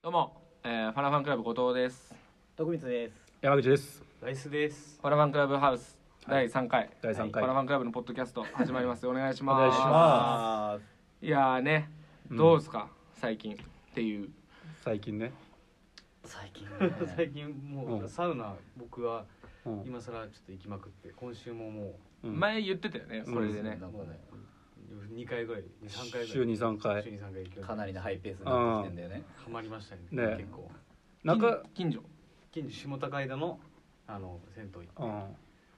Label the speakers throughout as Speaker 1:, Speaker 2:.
Speaker 1: どうも、えーファナファンクラブ後藤です。
Speaker 2: 徳光です。
Speaker 3: 山口です
Speaker 4: ライスです。
Speaker 1: ファナファンクラブハウス第3回、
Speaker 3: 第三回
Speaker 1: ファナファンクラブのポッドキャスト始まります。お願いします。
Speaker 3: お願いし
Speaker 2: あ
Speaker 3: ま
Speaker 1: いやーね、どうですか、最近っていう。
Speaker 3: 最近ね、
Speaker 2: 最近
Speaker 4: 最近も
Speaker 3: う
Speaker 4: うんサウナ僕は
Speaker 3: うん
Speaker 4: 今更ちょっと行きまくって今週もも
Speaker 3: うん
Speaker 1: 前言ってたよね、これでね。
Speaker 2: なんかね、
Speaker 4: う2回ぐらい2、3回ぐらい
Speaker 3: 週に3
Speaker 4: 週
Speaker 3: 回
Speaker 4: に3回行く
Speaker 2: かなりのハイペースになってきてんだよね。
Speaker 4: ハマりましたね
Speaker 3: ね
Speaker 4: 結構
Speaker 3: 中
Speaker 1: 近近所。
Speaker 4: 近所下高井田のあの銭湯行っ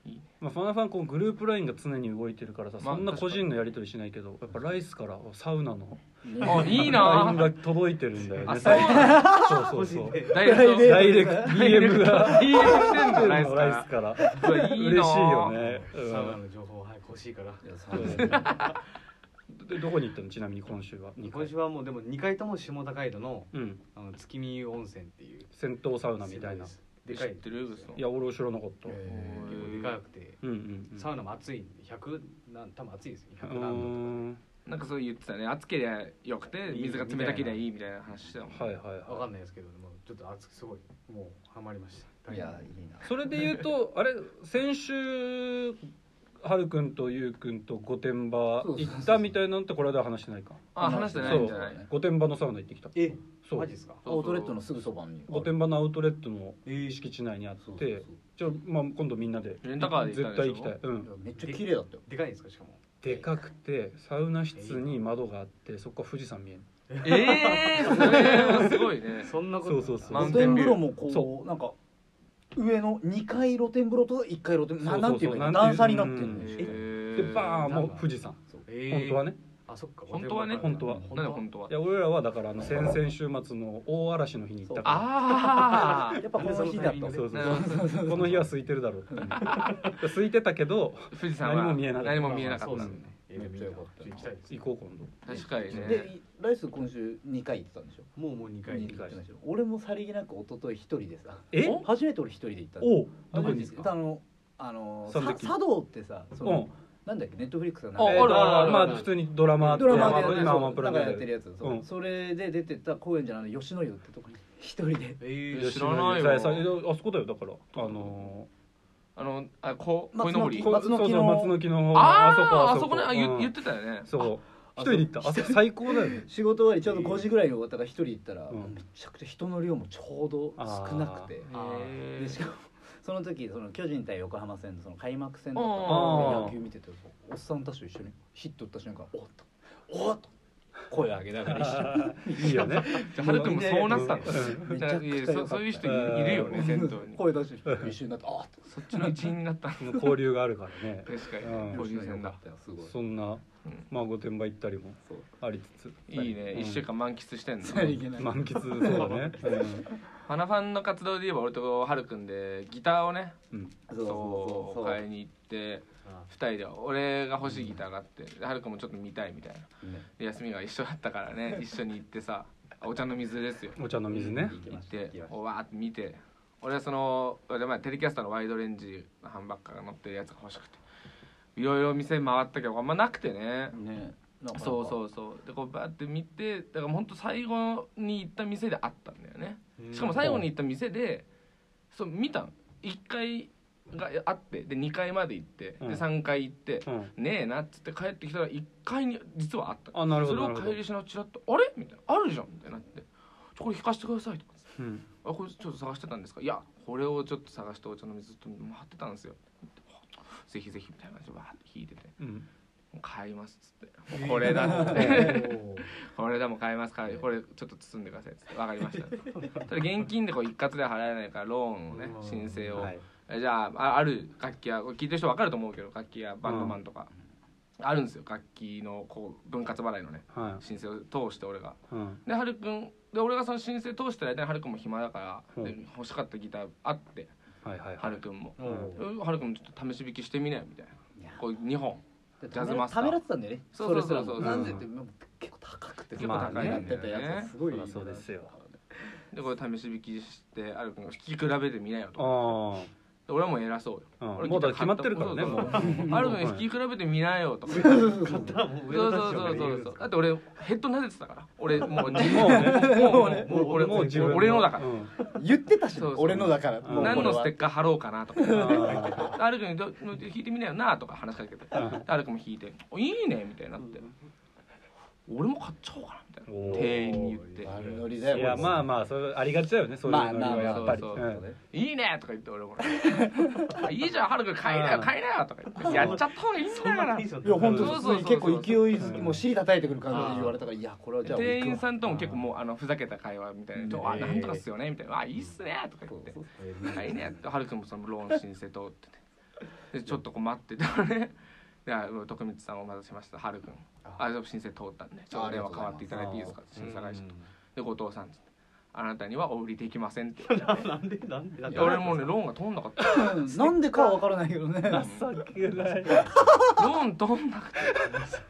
Speaker 3: うん
Speaker 1: いいね
Speaker 3: まあ、ファナファンこのグループラインが常に動いてるからさ、
Speaker 1: まあ
Speaker 3: そんな個人のやり取りしないけどやっぱライスからサウナの
Speaker 1: あ、いい
Speaker 3: ラ
Speaker 1: な
Speaker 3: インが届いてるんだよ
Speaker 1: あ、
Speaker 3: ね
Speaker 1: そうなんだ。
Speaker 3: そうそうそう
Speaker 4: て
Speaker 1: ダイレクト。
Speaker 3: ダイレクト DM
Speaker 1: DM し
Speaker 3: が
Speaker 1: てんだ、
Speaker 3: ラ
Speaker 1: ライ
Speaker 3: イ
Speaker 1: ス
Speaker 3: ス
Speaker 1: か
Speaker 3: から
Speaker 1: ら。うわ
Speaker 3: 嬉
Speaker 1: いい
Speaker 3: し
Speaker 1: ない
Speaker 3: よね、うん
Speaker 4: サウナの情報はい欲しいから
Speaker 2: いやそ
Speaker 3: そう
Speaker 2: う
Speaker 3: だよねでどこに行ったのちなみに今週は二
Speaker 4: 今週はもうでも2回とも下高井戸の
Speaker 3: うん
Speaker 4: あの月見湯温泉っていう
Speaker 3: 戦闘サウナみたいな
Speaker 4: でかい
Speaker 1: 知ってる嘘
Speaker 3: いや俺知らなかった、
Speaker 2: え
Speaker 4: 結構でかくて
Speaker 3: うんうんうん
Speaker 4: サウナも暑いんで100なん多分暑いですよ
Speaker 3: う
Speaker 4: 100何度
Speaker 3: ーん
Speaker 1: なんかそう言ってたね、暑けりゃよくて、水が冷たけりゃいいみたいな話してたもん。
Speaker 3: はいはいはい
Speaker 4: わかんないですけど、もうちょっと熱くすごい、もうハマりました。
Speaker 2: いやいいな。
Speaker 3: それで言うとあれ先週はるくんとゆうくんと御殿場
Speaker 2: そうそう
Speaker 3: 行
Speaker 2: そう
Speaker 3: ったみたいなんてこれで話してないか
Speaker 1: あ、話してないんじゃない
Speaker 2: そう
Speaker 3: 御殿場のサウナ行ってきた
Speaker 4: え、
Speaker 3: そう
Speaker 4: マジですか。
Speaker 2: アウトレットのすぐそばに。
Speaker 3: 御殿場のアウトレットの
Speaker 4: えー
Speaker 3: 敷地内にあって
Speaker 2: そうそうそう
Speaker 3: じゃあ、まあ、今度みんなで
Speaker 1: レンタカーで行った
Speaker 3: 絶
Speaker 1: んでし
Speaker 3: 対
Speaker 1: ょ
Speaker 3: 行きたい、う
Speaker 2: い
Speaker 3: ん、
Speaker 2: やめっちゃ綺麗だったよ。
Speaker 4: でかいんですか、しかも。
Speaker 3: でかくてサウナ室に窓があってそこから富士山見える
Speaker 1: ええー、それはすごい ね。
Speaker 4: そんなこと。
Speaker 3: そうそうそう
Speaker 1: マウン
Speaker 2: 露
Speaker 1: テン
Speaker 2: 天
Speaker 1: ビュ
Speaker 2: 風
Speaker 1: ー
Speaker 2: 呂もこ
Speaker 3: そう
Speaker 2: なんか上の二階露天風呂と一階露天
Speaker 3: そ
Speaker 2: 風
Speaker 3: う
Speaker 2: 呂な
Speaker 3: そ
Speaker 2: ん
Speaker 3: う
Speaker 2: てい
Speaker 3: そうう
Speaker 2: の
Speaker 3: なん
Speaker 2: 段
Speaker 3: て
Speaker 2: 差になってる
Speaker 3: うん
Speaker 2: の。
Speaker 1: え
Speaker 3: で
Speaker 1: ー
Speaker 3: バーンも
Speaker 4: なん
Speaker 3: う
Speaker 4: だ
Speaker 3: 富士山
Speaker 4: えー
Speaker 3: 本当はね
Speaker 4: あ、そっか。
Speaker 1: 本当はね
Speaker 3: 本当は。
Speaker 1: なんで本当はい
Speaker 3: や俺らはだからあの先々週末の大嵐の日に行ったか
Speaker 1: あ
Speaker 2: やっぱこの日だと
Speaker 3: ら
Speaker 4: あ
Speaker 3: そうそう
Speaker 1: なるほ
Speaker 3: そうこの日は空いてるだろうっていう空いてたけど
Speaker 1: あ、富士山は
Speaker 3: 何も見えなかった
Speaker 1: 何も見えなか
Speaker 4: そう
Speaker 1: っ
Speaker 4: で
Speaker 1: た
Speaker 4: すよね。え
Speaker 2: めっちゃ良か
Speaker 4: か
Speaker 2: っ
Speaker 4: ったた。行きたいです。
Speaker 3: 行こう今度
Speaker 1: 確かにね。
Speaker 2: でライス今週二回行ってたんでしょ。
Speaker 4: もうもう二回。
Speaker 2: 二
Speaker 3: 回
Speaker 2: 行ってたでしょ俺もさりげなく一昨日一人でさ。
Speaker 3: え
Speaker 1: お
Speaker 2: 初めて俺一人で行ったの
Speaker 3: おど
Speaker 2: 初
Speaker 3: こ
Speaker 2: め
Speaker 3: に
Speaker 2: て
Speaker 3: です
Speaker 2: 行っ
Speaker 3: か
Speaker 2: たのあの
Speaker 3: その
Speaker 2: さ
Speaker 3: 時
Speaker 2: 茶道ってさその、
Speaker 3: うん
Speaker 2: なんだっけネットフリックスの
Speaker 1: あ
Speaker 3: えー
Speaker 1: ある
Speaker 3: と
Speaker 1: あるある
Speaker 3: まあ普通にドラマ
Speaker 2: ドラ
Speaker 1: ド
Speaker 2: マ
Speaker 1: ラマ
Speaker 2: で
Speaker 3: 今
Speaker 2: そ
Speaker 3: ア
Speaker 2: う
Speaker 3: マプラ
Speaker 2: な
Speaker 3: で
Speaker 2: んかやってるやつそう、
Speaker 3: うん
Speaker 2: それで出てた高円寺のあの吉野湯ってとこに一人で
Speaker 4: え
Speaker 1: い
Speaker 4: ー
Speaker 1: や知らないわ
Speaker 3: ささあそこだよだからあの
Speaker 1: あの、あ、こ、
Speaker 2: 松
Speaker 1: こいのぼ
Speaker 2: の木
Speaker 1: り
Speaker 3: ー。こ
Speaker 2: 松の木の
Speaker 3: そうそう松の木の
Speaker 1: ああ、あそこね、あ、
Speaker 3: う
Speaker 1: 言
Speaker 3: ん
Speaker 1: 言ってたよね。
Speaker 3: そう
Speaker 2: あ
Speaker 3: 一人で行ったあそこ最高だよね
Speaker 2: 仕事終わりちょうど5時ぐらいに終わったから一人行ったら、
Speaker 3: うん
Speaker 2: めちゃくちゃ人の量もちょうど少なくて
Speaker 4: あ
Speaker 1: へ
Speaker 2: でし
Speaker 1: ー
Speaker 2: かもその時その巨人対横浜戦のその開幕戦だった
Speaker 3: あ
Speaker 2: ので
Speaker 3: ー
Speaker 2: 野球見てておっさんたちと一緒にヒット打った瞬間おっとおっと声上げな がら一緒に
Speaker 3: いいよね
Speaker 1: じゃあはるくんもそうなってたんだ。
Speaker 3: うん
Speaker 2: めちゃくちゃ良かった
Speaker 1: いやそそういう人いいるよ ね、銭湯に。
Speaker 2: 声出して一緒になってあっ
Speaker 1: そっちの一員になった。
Speaker 3: うん交流があるからね
Speaker 1: 確かに
Speaker 3: う
Speaker 1: ね
Speaker 3: ん。
Speaker 1: 交流戦だ。
Speaker 2: すごい
Speaker 3: そんな
Speaker 1: うん
Speaker 3: まあ御殿場行ったりも
Speaker 2: そう
Speaker 3: ありつつ
Speaker 1: いいね、
Speaker 3: うん
Speaker 1: 一週間満喫してんの。
Speaker 2: さりげない
Speaker 3: 満喫そうだね
Speaker 1: ファナファンの活動で言えば俺とハルくんでギターをね
Speaker 3: うんうん
Speaker 2: そうそうそう
Speaker 1: そう買いに行って
Speaker 4: あ
Speaker 1: 2人で俺が欲しいギターがあってでハルくんもちょっと見たいみたいな
Speaker 2: ね
Speaker 1: で休みが一緒だったから ね一緒に行ってさお茶の水ですよ
Speaker 3: お茶の水ね
Speaker 2: 行き
Speaker 1: 行
Speaker 2: ま
Speaker 1: っ
Speaker 2: した
Speaker 1: て
Speaker 2: 行きました
Speaker 1: おわーって見て俺はその俺前テレキャスターのワイドレンジのハンバッカーが乗ってるやつが欲しくていろいろ店回ったけどあんまなくてね
Speaker 2: ねなんか
Speaker 1: そうそうそうでこうバーって見てだからほんと最後に行った店であったんだよね
Speaker 4: ー
Speaker 1: しかも最後に行った店でそう見たん1階があってで2階まで行ってで
Speaker 3: うん
Speaker 1: 3階行って
Speaker 3: うん
Speaker 1: ねえなっつって帰ってきたら1階に実はあった
Speaker 3: あなるほ
Speaker 1: そ
Speaker 3: ど
Speaker 1: れ
Speaker 3: な
Speaker 1: を
Speaker 3: るほ
Speaker 1: 帰
Speaker 3: ど
Speaker 1: りしなちらっと「あれ?」みたいな「あるじゃん」みたいになって「ちょこれ引かしてください」とかっつって
Speaker 3: うん
Speaker 1: 「あこれちょっと探してたんですか?」「いやこれをちょっと探してお茶の水ずっと回ってたんですよ」ぜひぜひ」みたいな感じでわーって引いてて
Speaker 3: うん
Speaker 1: 「買います」っつって「これだ」 って
Speaker 4: おー
Speaker 1: これでも買えますからこれちょっと包んでくださいっつって分かりました ただ現金でこう一括では払えないからローンをね
Speaker 4: うん
Speaker 1: 申請を、
Speaker 3: はい
Speaker 1: えじゃああある楽器やこれ聞いてる人分かると思うけど楽器やバンドマンとか、あるんですよ楽器のこう分割払いのね
Speaker 3: は
Speaker 1: 申請を通して俺が
Speaker 3: いうん
Speaker 1: ではるくんで俺がその申請通してる間にはるくんも暇だから、で
Speaker 3: うん
Speaker 1: 欲しかったギターあって
Speaker 3: はいはい
Speaker 1: は
Speaker 3: はい
Speaker 1: るくんも
Speaker 4: おー
Speaker 1: うんはるくんもちょっと試し弾きしてみなよみたいない
Speaker 2: や
Speaker 1: こう2本
Speaker 2: で
Speaker 1: ジャズマスター
Speaker 2: ためらってたんだよね
Speaker 1: そうそうそうそう
Speaker 2: れすらもなんでってもう結構高くて
Speaker 1: 結
Speaker 3: 構高い
Speaker 2: やっ
Speaker 3: んだ
Speaker 2: て
Speaker 1: よ
Speaker 2: た
Speaker 1: ね
Speaker 2: やつすごい
Speaker 3: そりゃそうですよ
Speaker 1: でこれ試し弾きしてはるくんが弾き比べてみなよと
Speaker 3: ああ
Speaker 1: で俺はもう偉そうよ
Speaker 3: うん
Speaker 1: 俺
Speaker 3: もうだから決まってるからね
Speaker 1: そう
Speaker 3: も
Speaker 1: そうう あるのに引き比べてみなよと かそう
Speaker 4: 買ったらもう上
Speaker 1: そう
Speaker 4: の
Speaker 1: そう
Speaker 4: 立場
Speaker 1: そ
Speaker 4: で
Speaker 1: う
Speaker 4: 言
Speaker 1: そ
Speaker 4: えるん
Speaker 1: う
Speaker 4: ですか
Speaker 1: だって俺ヘッド撫でてたから俺もうもう
Speaker 3: もうね
Speaker 1: もうねもう俺
Speaker 3: もう自分
Speaker 1: 俺のだから
Speaker 3: うん
Speaker 2: 言ってたし
Speaker 1: そうそう
Speaker 2: 俺のだから
Speaker 3: もう
Speaker 1: 何のステッ
Speaker 2: ク
Speaker 1: カー貼ろうかなとか
Speaker 3: あ
Speaker 1: ある君にど「弾いてみなよな」とか話しかけて
Speaker 3: ん
Speaker 1: ある君も弾いて「おいいね」みたいになって「俺も買っちゃおうかな」みたい
Speaker 3: お
Speaker 1: な
Speaker 3: ー
Speaker 1: 店員に言って
Speaker 2: あるノリ
Speaker 3: い
Speaker 2: だよ
Speaker 3: やまあ
Speaker 2: ま
Speaker 3: まあそれありがちだよねそういうの
Speaker 2: まあ
Speaker 3: は
Speaker 2: まあ
Speaker 3: やっぱり
Speaker 1: そううんそ
Speaker 2: あ
Speaker 1: 「いいね」とか言って 俺も「いいじゃんはるくん買いなよ買いなよ」とか言って「やっちゃった方がいいんだ
Speaker 4: そん
Speaker 1: から
Speaker 4: な」テンション
Speaker 2: いや本当
Speaker 1: そう
Speaker 2: 普
Speaker 1: そうそ
Speaker 2: 通
Speaker 1: う
Speaker 2: に結構勢いづ
Speaker 3: う
Speaker 2: き
Speaker 3: ん
Speaker 2: もう尻叩いてくる感じで言われたからいやこれはじゃあ俺
Speaker 1: 店
Speaker 2: 行くわ
Speaker 1: 員さんとも結構もうあのふざけた会話みたいな「ちょあ
Speaker 4: うん
Speaker 1: なんとかっすよね」みたいな「あいいっすね」とか
Speaker 2: そ
Speaker 1: 言っ
Speaker 2: う
Speaker 1: て
Speaker 2: そ
Speaker 1: 「
Speaker 2: う
Speaker 1: はいね」ってはるくんもそのローン申請通っててでちょっとこう待ってたらね であ「徳光さんお待たせしましたはるくんあ
Speaker 2: あ
Speaker 1: でも申請通ったんでちょっ
Speaker 2: あ
Speaker 1: とお
Speaker 2: あり
Speaker 1: 電
Speaker 2: が
Speaker 1: 話代わっていただい
Speaker 2: とうございます
Speaker 1: ていいですか」って審査会社とで後藤さんっつってあなたにはお売りできませんって言っ
Speaker 4: ななんでなんでだってて
Speaker 1: 俺もうねローンが通んなかった
Speaker 2: うんなんでかは分からないけどね
Speaker 3: 情けない
Speaker 1: ローン通んなくて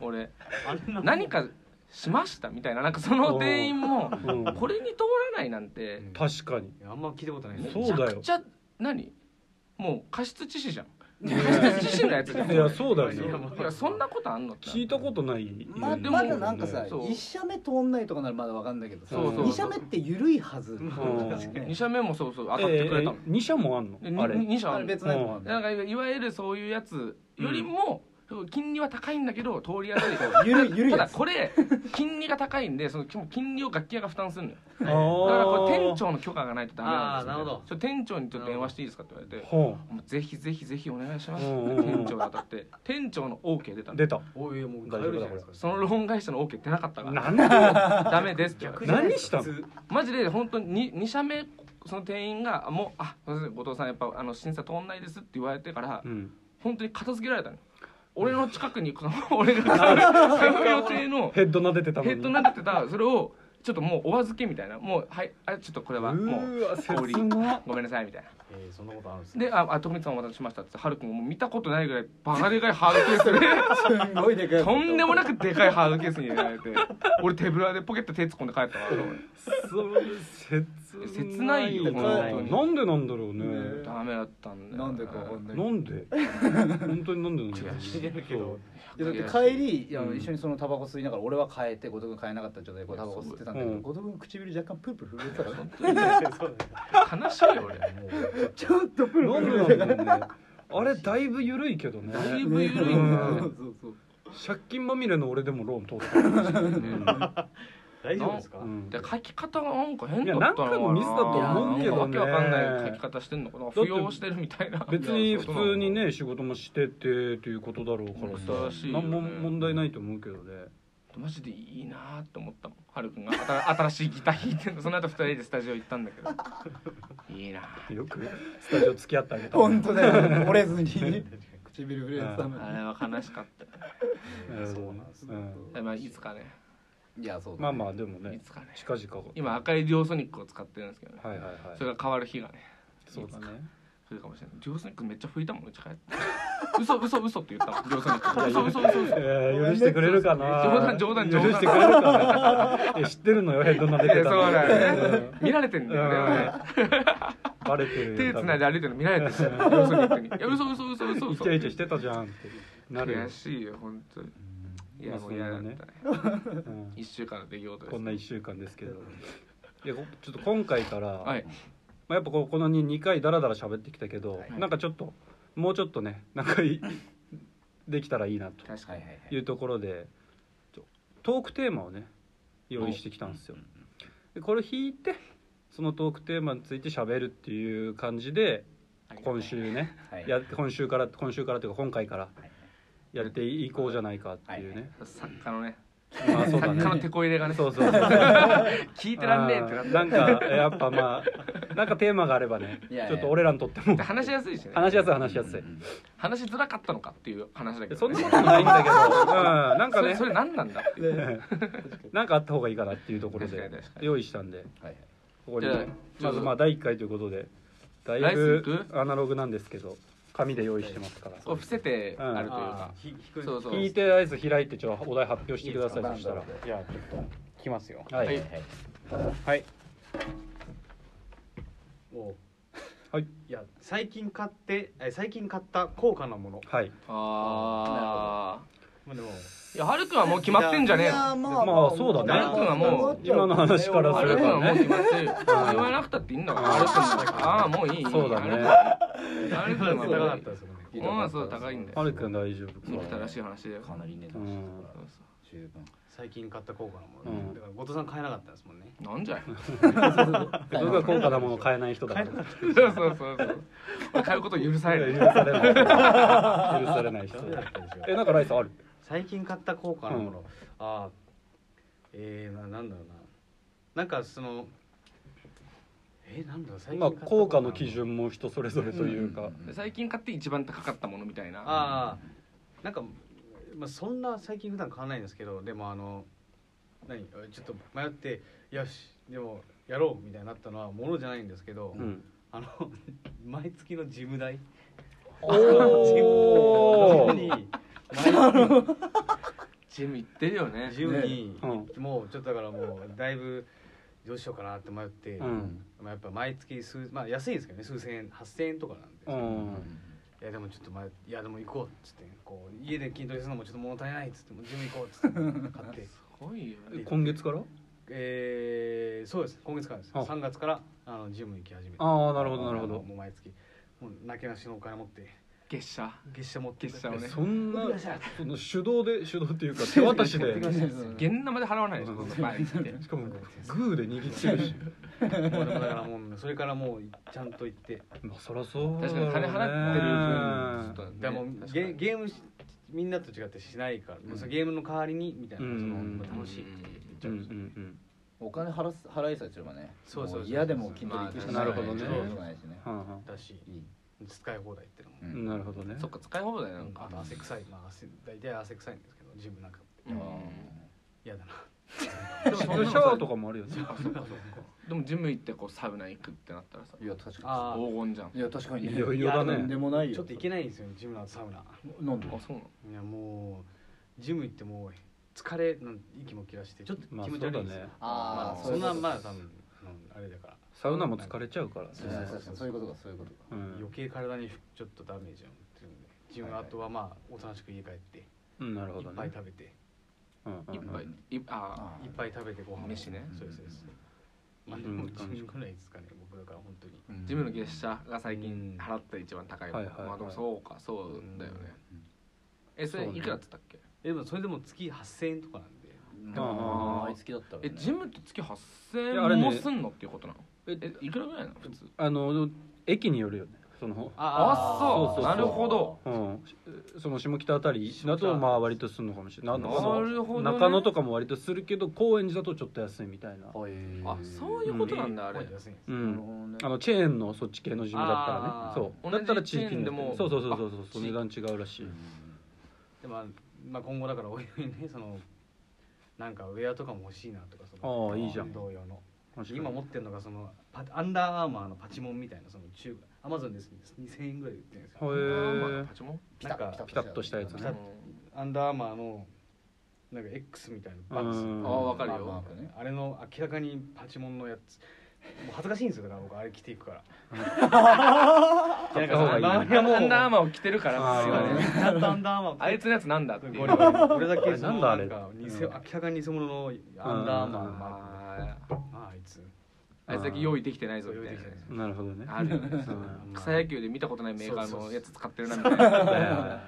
Speaker 1: 俺
Speaker 4: あれなん
Speaker 1: 何かしましたみたいななんかその店員も
Speaker 3: うん
Speaker 1: これに通らないなんて
Speaker 3: 確かに
Speaker 4: いやあんま聞いたことないです
Speaker 3: そう
Speaker 1: め
Speaker 3: だ
Speaker 1: ち
Speaker 3: よ
Speaker 1: ゃくちゃ何もう過失致 死じゃん
Speaker 3: い
Speaker 1: 過失致死のやつじゃん
Speaker 3: やそうだよ
Speaker 1: いや
Speaker 3: ね
Speaker 1: いやそんなことあんのって
Speaker 3: 聞いたことない
Speaker 2: ま
Speaker 1: でも
Speaker 2: まだなんかさ
Speaker 1: そう
Speaker 2: 1社目通んないとかならまだ分かんないけどさ
Speaker 1: そうそう
Speaker 2: 2社目って緩いはず
Speaker 4: うん
Speaker 3: 確
Speaker 1: 2社目もそうそう当たってくれたの
Speaker 3: えーえー二社もあん
Speaker 1: で
Speaker 3: のあれ
Speaker 1: に二社あ
Speaker 2: あ
Speaker 1: る
Speaker 2: れ
Speaker 1: の
Speaker 2: 別なのもあるんだ
Speaker 1: なんかいわゆるそういうやつよりも、金利は高いんだけど通りやすい
Speaker 2: ゆるゆるい
Speaker 1: ただ
Speaker 2: やつ
Speaker 1: これ金利が高いんでその金利を楽器屋が負担するのよだ
Speaker 3: だ
Speaker 1: からこれ店
Speaker 3: 長
Speaker 1: 長の許可がないとダメなんですよ、
Speaker 4: あーなるほど
Speaker 1: ちょ店長にちょっと電話していいですかって言われて
Speaker 3: ほ
Speaker 1: 「もうぜひぜひぜひお願いします」
Speaker 3: うんうんうん
Speaker 1: 店長が当たって店長の OK 出た
Speaker 3: う
Speaker 1: の
Speaker 3: 出た
Speaker 4: おいもう買えるじゃないですか
Speaker 1: そのローン会社の OK 出なかったから
Speaker 3: な んで
Speaker 1: ダメですって言われて
Speaker 4: 逆じゃないで
Speaker 3: 何
Speaker 4: す
Speaker 3: し
Speaker 4: か
Speaker 3: たの
Speaker 4: 普通
Speaker 1: マジで本当に2社目その店員が「もうあすいません後藤さんやっぱあの審査通んないです」って言われてから、
Speaker 3: うん
Speaker 1: 本当に片付けられたの俺の近くにこの 俺が買う買う予定の
Speaker 3: ヘッド撫でてたのに
Speaker 1: ヘッドなでてたそれをちょっともうお預けみたいなもうはいあちょっとこれはもう
Speaker 3: うーわ
Speaker 1: 氷
Speaker 3: 切な
Speaker 1: ごめんなさいみたいな
Speaker 4: えーそんなことあるんですね
Speaker 1: で「ああ徳光さんお待たせしました」っつってはるくんももう見たことないぐらいバカでかいハードケースで
Speaker 2: すんごいでかいやつ
Speaker 1: とんでもなくでかいハードケースに入れられて俺手ぶらでポケット手突っ込んで帰ったわ俺
Speaker 3: そう
Speaker 1: 切ないよ
Speaker 3: な
Speaker 1: 本当に
Speaker 3: なんでなんだろうね
Speaker 2: ね
Speaker 1: ダメだったんだよ
Speaker 2: なんでかわかんないけ
Speaker 3: な
Speaker 2: ど
Speaker 3: んで本当になんでなんだろう
Speaker 4: 知ってるけど
Speaker 2: いやだって帰りいや一緒にそのタバコ吸いながら俺は変えて後藤君変えなかった状態でこうタバコ吸ってたんだけ
Speaker 3: う
Speaker 2: ど
Speaker 3: ん
Speaker 2: 後藤君唇若干プルプル震えてたからね
Speaker 4: そうだ
Speaker 1: 悲しいよ俺
Speaker 4: よも う
Speaker 2: ちょっとプル
Speaker 3: な
Speaker 2: プ
Speaker 3: ん
Speaker 2: ル震
Speaker 3: でな
Speaker 2: え
Speaker 3: ん
Speaker 2: てた
Speaker 3: だろうねあれだいぶ緩いけどね
Speaker 1: だいぶ緩い
Speaker 3: うんん
Speaker 1: だ
Speaker 2: そ
Speaker 1: よね
Speaker 2: うそうそう
Speaker 3: 借金まみれの俺でもローン通っ たうん
Speaker 4: 大丈夫ですか
Speaker 3: うん
Speaker 1: で書き方がなんか変だったの
Speaker 3: いやなんかのミスだと
Speaker 2: 思うけどね
Speaker 1: わけわかんない書き方してんのかな
Speaker 3: て
Speaker 1: 扶養してるみたいな
Speaker 3: 別に普通にね仕事もしててということだろうから
Speaker 1: うん
Speaker 3: さ何も問題ないと思うけどね
Speaker 1: マジでいいなって思ったもんはるくんが新新しいギター弾いてんのその後二人でスタジオ行ったんだけどいいな
Speaker 3: よくスタジオ付き合ってあげ た
Speaker 2: 本当だよ折れず に唇震えてた
Speaker 1: あ
Speaker 2: の
Speaker 1: れは悲しかった
Speaker 3: うん
Speaker 4: そうなんですね
Speaker 3: うん
Speaker 1: えまあいつかね
Speaker 2: いやそうだね
Speaker 3: まあまあでもね
Speaker 1: いつかね
Speaker 3: 近々
Speaker 1: 今赤いデュオソニックを使ってるんですけどね
Speaker 3: はいはいはい
Speaker 1: それが変わる日がね
Speaker 3: そうだね
Speaker 1: 来るかもしれないデュオソニックめっちゃ吹いたもんうち帰って嘘嘘嘘って言ったもんデュオソニック嘘嘘嘘嘘
Speaker 3: えー許してくれるかな
Speaker 1: 冗談冗談冗談
Speaker 3: 許してくれるかないや知ってるのよヘッドなでてた
Speaker 1: いやそうだよね
Speaker 3: うん
Speaker 1: 見られてんだよね
Speaker 3: バレてるよ
Speaker 1: 手つないで
Speaker 3: 多
Speaker 1: 歩いてるの見られてるよ要するに逆にいや嘘嘘嘘嘘
Speaker 3: 分イ
Speaker 1: 嘘
Speaker 3: チャイチャしてたじゃんってなるよ
Speaker 1: 悔しいよ本当にいや
Speaker 3: まあ
Speaker 1: もう嫌だっ
Speaker 3: そ
Speaker 1: た
Speaker 3: んな
Speaker 1: ね
Speaker 3: ねうん
Speaker 1: 一週間で出来事です
Speaker 3: こんな1週間ですけどいやこちょっと今回から、
Speaker 1: はい
Speaker 3: まあ、やっぱこうこの2回ダラダラ喋ってきたけど、
Speaker 2: はい
Speaker 3: なんかちょっともうちょっとねなんかいできたらいいなと
Speaker 1: 確か
Speaker 2: はい
Speaker 1: に
Speaker 2: はいはい
Speaker 3: いうところでちょトークテーマをね用意してきたんですよ。でこれ引いてそのトークテーマについて喋るっていう感じで今週ね
Speaker 2: はい
Speaker 3: や今週から今週からというか今回から
Speaker 2: い
Speaker 3: やっていこうじゃないかっていうね。
Speaker 1: 作家のね
Speaker 3: まあそ
Speaker 1: 作
Speaker 3: うだ
Speaker 1: 家
Speaker 3: ね
Speaker 1: の手こ入れがね
Speaker 3: そうそうそう
Speaker 1: 聞いてらんねえってなっ
Speaker 3: あーなんかやっぱまあなんかテーマがあればね
Speaker 2: いやいや
Speaker 3: ちょっと俺らにとっても
Speaker 1: て話しやすいしね
Speaker 3: 話しやすい話しやすい
Speaker 1: 話しづらかったのかっていう話だけ
Speaker 3: そ
Speaker 1: ど
Speaker 3: ん
Speaker 1: ね
Speaker 3: なことないんだけど、うん、なんか
Speaker 1: それ
Speaker 3: ね
Speaker 1: それ何なんだっていう
Speaker 3: なんかあった方がいいかなっていうところ
Speaker 1: 確
Speaker 3: で
Speaker 1: かに確かに
Speaker 3: 用意したんで
Speaker 2: はいはい
Speaker 3: ここに
Speaker 1: じゃあ
Speaker 3: ねまずまあ第1回ということでだい
Speaker 1: 来週行
Speaker 3: ぶ
Speaker 1: く
Speaker 3: アナログなんですけど紙で用意してますから
Speaker 1: を伏せてあるという
Speaker 4: あ
Speaker 1: か
Speaker 4: ーひひく
Speaker 1: そうそう
Speaker 3: 引いて合図開いてちょっとお題発表してください
Speaker 2: バンド
Speaker 3: そしたら
Speaker 2: で
Speaker 4: じゃあちょっと聞きますよ
Speaker 3: は
Speaker 2: はい
Speaker 3: い
Speaker 2: はい
Speaker 4: はい
Speaker 3: はい
Speaker 4: いや最近買ってえ最近買った高価なもの
Speaker 3: はい
Speaker 1: ああ
Speaker 4: まあでも
Speaker 1: いやはるくんはもう決まってんじゃねえ
Speaker 2: いや
Speaker 1: の
Speaker 2: まあ
Speaker 3: まあそうだね
Speaker 1: ナル君はもう
Speaker 3: 今の話から
Speaker 1: は
Speaker 3: す
Speaker 1: る
Speaker 3: れ
Speaker 1: くんは
Speaker 3: ば
Speaker 1: もう
Speaker 3: ね
Speaker 1: 決まってるよ言わなくたっていいんだからはるくんああもういいいい
Speaker 3: そうだね
Speaker 1: はるくんはも
Speaker 4: 高
Speaker 1: う
Speaker 4: かったですよね
Speaker 1: いいうんそう高いんだ
Speaker 3: は
Speaker 1: よ
Speaker 3: るくん大丈夫
Speaker 1: そ
Speaker 3: か
Speaker 1: う正しい話だよ
Speaker 2: かなり値段したから十分
Speaker 4: 最近買った高価なも
Speaker 3: う
Speaker 4: の、
Speaker 3: ん
Speaker 4: だから後藤さん買えなかったですもんね
Speaker 1: なんじゃい
Speaker 3: 僕は高価なものを買えない人だから
Speaker 1: そうそうそうそう俺買うこと許される
Speaker 3: 許されない許されない人
Speaker 4: ダメだったでしょ
Speaker 3: えなんかライスある
Speaker 4: 最近買った高価なもの、ああえー、ななんだろうななんかそのえー、なんだろう最近
Speaker 3: まあ
Speaker 4: 買った
Speaker 3: 効果の
Speaker 4: 高価なも
Speaker 3: 基準も人それぞれというか
Speaker 1: 最近買って一番高かったものみたいな
Speaker 4: ああなんか、まあ、そんな最近普段買わないんですけどでもあの何ちょっと迷ってよしでもやろうみたいになったのはものじゃないんですけど、
Speaker 3: うん
Speaker 4: あの 毎月の事務代
Speaker 3: お
Speaker 4: ジムに毎月
Speaker 1: ジム行ってるよね
Speaker 4: ジムに、
Speaker 3: うん
Speaker 4: もうちょっとだからもうだいぶどうしようかなって迷って、
Speaker 3: う
Speaker 2: うん
Speaker 4: まあ、やっぱ毎月数、まあ、安いんですけどね数千円8,000円とかなん
Speaker 3: うん
Speaker 4: で、いやでもちょっと前いやでも行こうっつってこう家で筋トレするのもちょっと物足りないっつってもうジム行こうっつって買 って
Speaker 1: すごいよ
Speaker 3: え今月から
Speaker 4: えー、そうです今月からです
Speaker 3: あ
Speaker 4: 3月からあのジム行き始めて
Speaker 3: ああなるほどなるほ
Speaker 4: あの
Speaker 3: ど
Speaker 4: もう毎月もうなけなしのお金持って
Speaker 1: 月謝
Speaker 4: 月謝持って
Speaker 1: 月謝をね
Speaker 3: そんな
Speaker 4: 行ってください
Speaker 3: その手動で手動っ ていうか手渡 しで
Speaker 1: 現生で払わないでしょこんな前行って
Speaker 3: しかもグーで握ってるし
Speaker 4: もうでもだからもうそれからもうちゃんと行って
Speaker 3: まあそりゃそうだ
Speaker 1: 確
Speaker 3: よ
Speaker 1: か
Speaker 3: ね
Speaker 1: に金払ってる分ちょっとね
Speaker 4: でも
Speaker 1: 確か
Speaker 4: ゲ
Speaker 1: に
Speaker 4: ゲームしみんなと違ってしないから、
Speaker 1: うん
Speaker 4: そのゲームの代わりにみたいな、
Speaker 3: うん
Speaker 4: そのまあ楽しい、
Speaker 3: う
Speaker 4: て
Speaker 3: んうん
Speaker 4: 言っちゃいました
Speaker 3: うん
Speaker 2: お金払す払いさえすればね
Speaker 4: そうそうそう
Speaker 2: も嫌でも筋トレ行くしかい
Speaker 3: なるほどね
Speaker 2: そういうことないしね
Speaker 3: はんはん
Speaker 4: だし
Speaker 2: いい
Speaker 4: 使い放題ってのも、
Speaker 2: う
Speaker 3: なるほどね
Speaker 1: そっか使い放題なん
Speaker 4: あ
Speaker 1: か
Speaker 4: と汗臭いまあ汗大体汗臭いんですけどジムなんかって
Speaker 1: うん
Speaker 4: 嫌だな
Speaker 1: でも
Speaker 3: シ
Speaker 1: そん
Speaker 3: ャ
Speaker 1: なのさ
Speaker 3: ワーとかもあるよね
Speaker 1: あそっかそっかでもジム行ってこうサウナ行くってなったらさ
Speaker 2: いや確か
Speaker 4: あ
Speaker 1: 黄金じゃんあ
Speaker 2: にいや確かにね
Speaker 3: いやいやだね
Speaker 2: なんでもない
Speaker 4: あ
Speaker 2: よ
Speaker 4: ちょっと行けないんですよねジムの後サウナ
Speaker 2: なんで
Speaker 1: そうなの
Speaker 4: いやもうジム行ってもう疲れなん息も切らしてちょっと
Speaker 3: まあ
Speaker 4: 気持ち悪いんですよ、
Speaker 2: あー
Speaker 4: まあそんな
Speaker 2: そういうこと
Speaker 4: まあ多分うんあれだから
Speaker 3: サウナも疲れちゃうからね
Speaker 2: そうそうそうそういうことかそういうことか
Speaker 3: うん
Speaker 4: 余計体にちょっとダメージを負ってるんでジムの後はまあおとなしく家帰って
Speaker 3: うんなるほ
Speaker 4: い
Speaker 3: ど
Speaker 4: っぱい
Speaker 3: ね
Speaker 4: 食べて
Speaker 3: うんうん
Speaker 1: 一杯いあ
Speaker 2: あ
Speaker 4: いっぱい食べてご飯を
Speaker 1: 飯ね
Speaker 4: そうですそうです
Speaker 3: ん
Speaker 4: まあで
Speaker 3: う
Speaker 4: も
Speaker 3: ん
Speaker 4: 10人ぐらいですかね僕だから本当に
Speaker 2: うん
Speaker 1: ジムの月謝が最近払った一番高い
Speaker 3: はいはいはい
Speaker 1: まあでもそうかそうだよね
Speaker 2: うん
Speaker 1: えそれ
Speaker 3: そうね
Speaker 1: いくらっつったっけ
Speaker 4: えでもそれでも月8000円とかなんで
Speaker 2: でも毎月だったらね
Speaker 1: えジムって月
Speaker 3: いやあれ
Speaker 1: 8000円
Speaker 3: ね
Speaker 1: もすんのっていうことなのえいくらぐらいなの普通
Speaker 3: あの駅によるよねその
Speaker 1: あ
Speaker 3: ー
Speaker 1: そう
Speaker 3: そうそうそう
Speaker 1: なるほど
Speaker 3: うん、その下北あたりだとまあ割とするのかもしれない
Speaker 2: な
Speaker 3: あの
Speaker 1: るほどね
Speaker 3: 中野とかも割とするけど高円寺だとちょっと安いみたいな、
Speaker 2: はい
Speaker 1: あそういうことなんだあれ
Speaker 4: 安いんです
Speaker 3: う、
Speaker 2: うんん
Speaker 3: あのチェーンのそっち系のジムだったらね
Speaker 4: あー
Speaker 3: そ
Speaker 1: 同
Speaker 3: うだ
Speaker 1: じ
Speaker 3: ったら地域に
Speaker 1: チェーンでも
Speaker 3: そうそうそうそうそう
Speaker 1: あ
Speaker 3: そう値段違うらしい、
Speaker 4: でもあまあ今後だからおいおいねそのなんかウェアとかも欲しいなとかそ
Speaker 3: あ
Speaker 4: の
Speaker 3: あいいじゃん
Speaker 4: 同様の
Speaker 3: 確かに
Speaker 4: 今持ってるのがそのパアンダーアーマーのパチモンみたいなその中アマゾンです2000円ぐらいで売ってるんです
Speaker 3: へ
Speaker 4: よ
Speaker 1: ま
Speaker 3: ー
Speaker 1: あパチモン
Speaker 4: なんか
Speaker 3: ピタッとしたやつね
Speaker 1: う
Speaker 4: ピタッ
Speaker 1: ん
Speaker 4: アンダーアーマーのなんか X みたいなバッグ
Speaker 3: う
Speaker 1: あ
Speaker 3: ん
Speaker 1: ーわかる
Speaker 2: まあ
Speaker 1: よ
Speaker 2: まあね
Speaker 4: あれの明らかにパチモンのやつもう恥ずかしいんですよだから僕あれ着ていくから いやなんかそ
Speaker 3: 買
Speaker 4: の
Speaker 3: った方がいいね
Speaker 4: 周り
Speaker 1: ア
Speaker 4: はもう
Speaker 1: ンダーアーマーを着てるから
Speaker 3: あー
Speaker 1: 周りはね
Speaker 4: ちゃんとアンダーアーマー
Speaker 1: あいつのやつなんだっていう
Speaker 4: ゴリゴリ俺だ
Speaker 3: あれ
Speaker 4: け
Speaker 3: なんだあれ
Speaker 4: か偽
Speaker 3: うん
Speaker 4: 明らかに偽物のアンダーアーマーのマーク
Speaker 1: あー
Speaker 4: ああいつ
Speaker 1: あいつだけ用意できてないぞ
Speaker 4: そう
Speaker 1: み
Speaker 4: 用意
Speaker 1: たい
Speaker 4: で
Speaker 1: な
Speaker 4: き
Speaker 1: ね
Speaker 4: てないです
Speaker 3: なるほどね
Speaker 1: あるよ ね
Speaker 3: うん
Speaker 1: 草野球で見たことないメーカー
Speaker 4: そうそう
Speaker 1: の
Speaker 4: そう
Speaker 1: やつ使ってるなみたいなな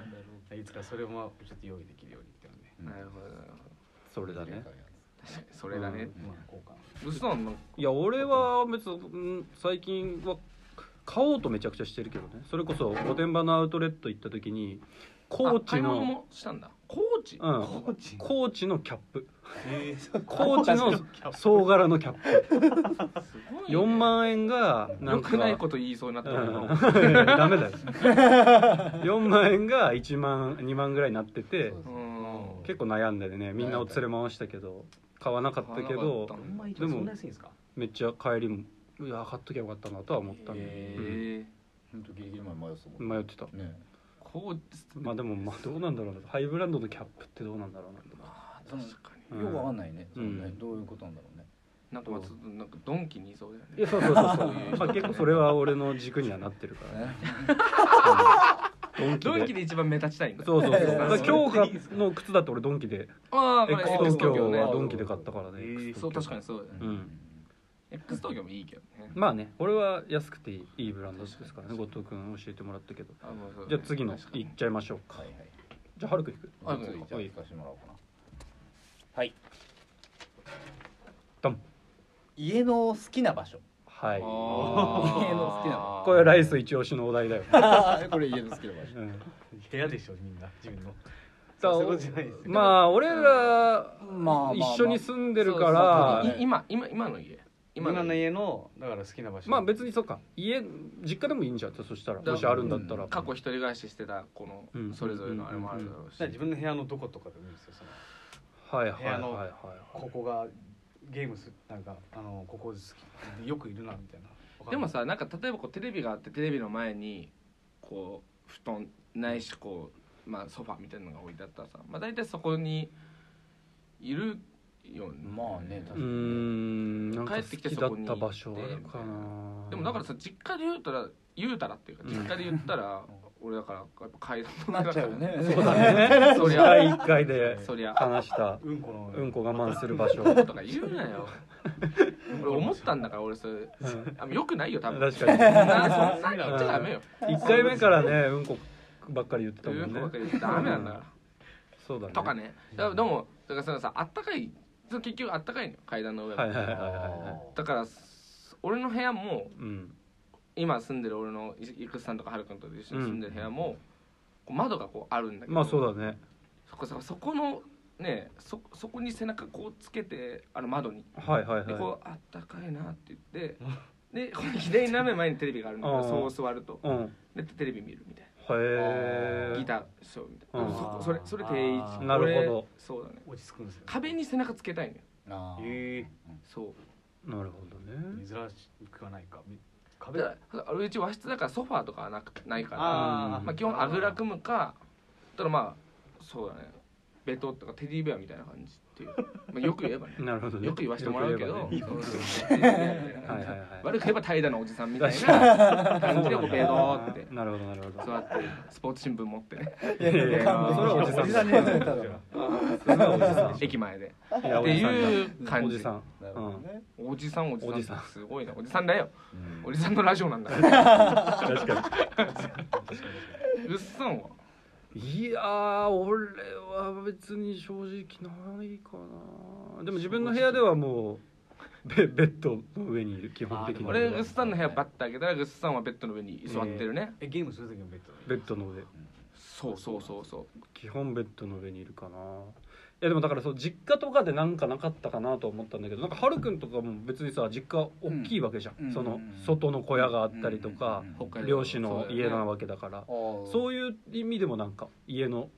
Speaker 1: る
Speaker 4: いつかそれもちょっと用意できるようにっていうので
Speaker 1: ほどなる
Speaker 3: それだね
Speaker 1: ほど確かにそれだね
Speaker 4: まあこうか
Speaker 1: どうしたの
Speaker 3: いや俺は別にうん最近は買おうとめちゃくちゃしてるけどねそれこそ御殿場のアウトレット行った時に高
Speaker 1: あ買
Speaker 3: 知
Speaker 1: い物
Speaker 3: の
Speaker 1: もしたんだ高知
Speaker 3: う
Speaker 4: なコ
Speaker 3: ん
Speaker 4: ーチ
Speaker 3: 高知のキャップ
Speaker 4: え
Speaker 3: 高知の総柄のキャップ
Speaker 1: すごいね
Speaker 3: 4万円がな
Speaker 1: よ
Speaker 3: んか
Speaker 1: くないこと言いそうになった俺も
Speaker 3: うんダメだよ4 万円が1万2万ぐらいになってて
Speaker 2: そうそう
Speaker 1: うん
Speaker 3: 結構悩んでねみんなを連れ回したけど買わなかったけど
Speaker 1: 買わなかっ
Speaker 4: ほんま一
Speaker 3: で
Speaker 4: 応
Speaker 3: も
Speaker 4: そんな安いんですか
Speaker 3: めっちゃ帰りもいや買っときゃよかったなとは思ったね、
Speaker 1: ええ
Speaker 2: 本当ギリギリまで迷ってたも
Speaker 3: うん
Speaker 2: ん
Speaker 3: 迷ってた
Speaker 2: ね
Speaker 1: 高知
Speaker 3: まあでもまあどうなんだろうなハイブランドのキャップってどうなんだろうな
Speaker 1: あー確かに
Speaker 3: うん
Speaker 2: よくわかんないね
Speaker 3: うん
Speaker 2: そのねどういうことなんだろうね
Speaker 1: なんかまあちょっとなんかドンキにいそうだよ
Speaker 3: い
Speaker 1: ね
Speaker 3: やそうそう そうそう
Speaker 1: そういう
Speaker 3: まあ結構それは俺の軸にはなってるからね
Speaker 2: ね
Speaker 3: うん
Speaker 1: ド
Speaker 3: ド
Speaker 1: ン
Speaker 3: ン
Speaker 1: キ
Speaker 3: キで
Speaker 1: で一番目立ちたいんだ
Speaker 3: そう そうそうだから
Speaker 1: そう
Speaker 3: 強化の靴だって俺ドンキで
Speaker 1: ああこれ
Speaker 3: X 東
Speaker 1: X 東京
Speaker 3: 京
Speaker 1: ね
Speaker 3: はドンキで買ったからね
Speaker 4: えー
Speaker 3: X 東京
Speaker 1: そう確かにそうだね
Speaker 3: うん
Speaker 1: X 東京もいいけどね
Speaker 3: まあね俺は安くていいいいブランドですからね後藤君教えてもらったけど
Speaker 1: あもうそうだね
Speaker 3: じゃあ次の
Speaker 1: 確か
Speaker 3: い
Speaker 1: に
Speaker 3: っちゃいましょうか
Speaker 2: はいはい
Speaker 3: じゃあはるくんいく
Speaker 1: あ
Speaker 2: じゃあ
Speaker 1: もう
Speaker 2: じゃあ
Speaker 3: いい
Speaker 2: 聞かせてもらおうかなはい
Speaker 3: ドン
Speaker 2: 家の好きな場所
Speaker 3: はい
Speaker 1: あー
Speaker 2: 家の好きなの
Speaker 3: これはライス一押しのお題だよ、
Speaker 2: これ家の好きな場所
Speaker 3: うん
Speaker 4: 部屋でしょみんな自分の
Speaker 3: そう
Speaker 4: そういうことじゃないですよ
Speaker 3: まあ俺ら
Speaker 2: まあまあ
Speaker 3: 一緒に住んでるか
Speaker 1: そうそう
Speaker 3: ら
Speaker 1: い今今今の家
Speaker 4: 今の家のだから好きな場所
Speaker 3: まあ別にそっか家実家でもいいんじゃんそしたら
Speaker 1: だ
Speaker 3: もしあるんだったら
Speaker 1: 過去一人暮らししてたこ
Speaker 3: う
Speaker 1: の
Speaker 3: ん
Speaker 1: それぞれのあれもあるだろうし
Speaker 4: だから自分の部屋のどことかでもいいですよその
Speaker 3: はいはい
Speaker 4: 部
Speaker 3: はい
Speaker 4: 屋
Speaker 3: は
Speaker 4: の
Speaker 3: い
Speaker 4: ここがゲームすなんかあのここ好きよくいるなみたいなわかんない
Speaker 1: でもさなんか例えばこうテレビがあってテレビの前にこう布団ないしこう、まあ、ソファみたいなのが置いてあったらさ、まあ、大体そこにいるよね
Speaker 2: まあね確か
Speaker 3: うー
Speaker 2: に
Speaker 3: んなんか好
Speaker 1: 帰ってきて
Speaker 3: き
Speaker 1: そ
Speaker 3: だ
Speaker 1: こ
Speaker 3: っ
Speaker 1: に
Speaker 3: た場所あるか
Speaker 1: 行
Speaker 3: な
Speaker 1: でもだからさ実家で言うたら言うたらっていうか
Speaker 3: うん
Speaker 1: 実家で言ったら、俺だからやっぱ階段
Speaker 2: なっちゃうよね
Speaker 3: そうだね
Speaker 1: そりゃ
Speaker 3: 第1回で
Speaker 1: そりゃ
Speaker 3: 話した
Speaker 4: うんこの
Speaker 3: うんこ我慢する場所、
Speaker 1: とか言うなよ俺思ったんだから俺それ
Speaker 3: うん
Speaker 1: あよくないよ多分
Speaker 3: 確かに
Speaker 1: なそんなん言っちゃダメよ
Speaker 3: 1回目からねうんこばっかり言ってた
Speaker 1: 言
Speaker 3: も
Speaker 1: うんことか
Speaker 3: ね
Speaker 1: 言っちゃダメなんだから
Speaker 3: そうだね
Speaker 1: とかねだからでもだからそのさあったかいその結局あったかいのよ階段の上
Speaker 3: はいはいはいはい
Speaker 2: あ
Speaker 3: は
Speaker 1: だからす俺の部屋も
Speaker 3: いうん
Speaker 1: 今住んでる俺のいいくつさんとかはるくんと一緒に住んでる部屋も、こう窓がこうあるんだけど
Speaker 3: まあそうだね
Speaker 1: そこさそこのねそそこに背中こうつけてあの窓に
Speaker 3: はいはい
Speaker 1: で
Speaker 3: は
Speaker 1: こうあったかいなって言ってでこの左斜め前にテレビがあるんだけ
Speaker 3: あ
Speaker 1: ど
Speaker 3: ー
Speaker 1: そう座ると
Speaker 3: いうん
Speaker 1: でテレビ見るみたい
Speaker 3: へ
Speaker 1: な
Speaker 3: え
Speaker 1: ギターショーみたい
Speaker 3: あ
Speaker 1: な
Speaker 3: ー
Speaker 1: そこそれそれ定位
Speaker 2: あ
Speaker 1: 置
Speaker 2: ー
Speaker 3: なるほど
Speaker 1: 俺そうだね
Speaker 4: 落ち着くんですよ
Speaker 1: 壁に背中つけたいのよ
Speaker 2: あー
Speaker 4: え
Speaker 1: そう
Speaker 3: なるほどね
Speaker 4: 珍しくはないかみ壁
Speaker 1: だからうち和室だからソファーとかはなくないから
Speaker 4: あー
Speaker 1: まあ、基本あぐら組むかただまあそうだねベトとかテディベアみたいな感じっていう、まあ、よく言えばね
Speaker 3: なるほどね
Speaker 1: よく言わせてもらうけど
Speaker 3: よく言えばね
Speaker 1: そうテディベアみたいな
Speaker 3: は
Speaker 1: 感
Speaker 3: い
Speaker 1: じ
Speaker 3: はいはい
Speaker 1: 悪く言えば怠惰のおじさんみたいな感じでこうベトって
Speaker 3: なるほどなるほど
Speaker 1: 座ってスポーツ新聞持ってね
Speaker 3: いやいやいや
Speaker 2: いや
Speaker 3: それはおじさん
Speaker 2: だ
Speaker 3: だ
Speaker 2: ねただの
Speaker 1: 駅前で
Speaker 3: いや
Speaker 1: っ
Speaker 3: お
Speaker 1: て
Speaker 3: じさんだ
Speaker 1: いう感
Speaker 3: お
Speaker 1: じ
Speaker 3: じさん
Speaker 2: なるほどね
Speaker 1: おじさんおじさん
Speaker 3: おじさん
Speaker 1: すごいなおじさんだよ
Speaker 2: うん
Speaker 1: おじさんのラジオなんだから
Speaker 3: 確か
Speaker 1: うっさんはい
Speaker 3: やー俺は別に正直ないかなでも自分の部屋ではもうベベッドの上にいる基本的に
Speaker 4: あ
Speaker 1: 俺
Speaker 4: で
Speaker 1: ぐっさんの部屋バッて開けたらぐっさんはベッドの上に座ってるね、
Speaker 4: えゲームする時のベッド
Speaker 3: ベッドの上
Speaker 1: そうそうそうそう
Speaker 3: 基本ベッドの上にいるかないやでもだからそう実家とかでなんかなかったかなと思ったんだけどなんかはるくんとかも別にさ実家大きいわけじゃん、
Speaker 2: うん
Speaker 3: そ
Speaker 2: う
Speaker 3: の
Speaker 2: ん
Speaker 3: 外の小屋があったりとか、
Speaker 2: うん
Speaker 1: 北海道
Speaker 3: 漁師
Speaker 1: そ
Speaker 3: の家な
Speaker 1: うだよね
Speaker 3: わけだから
Speaker 2: あー
Speaker 3: そういう意味でもなんか家の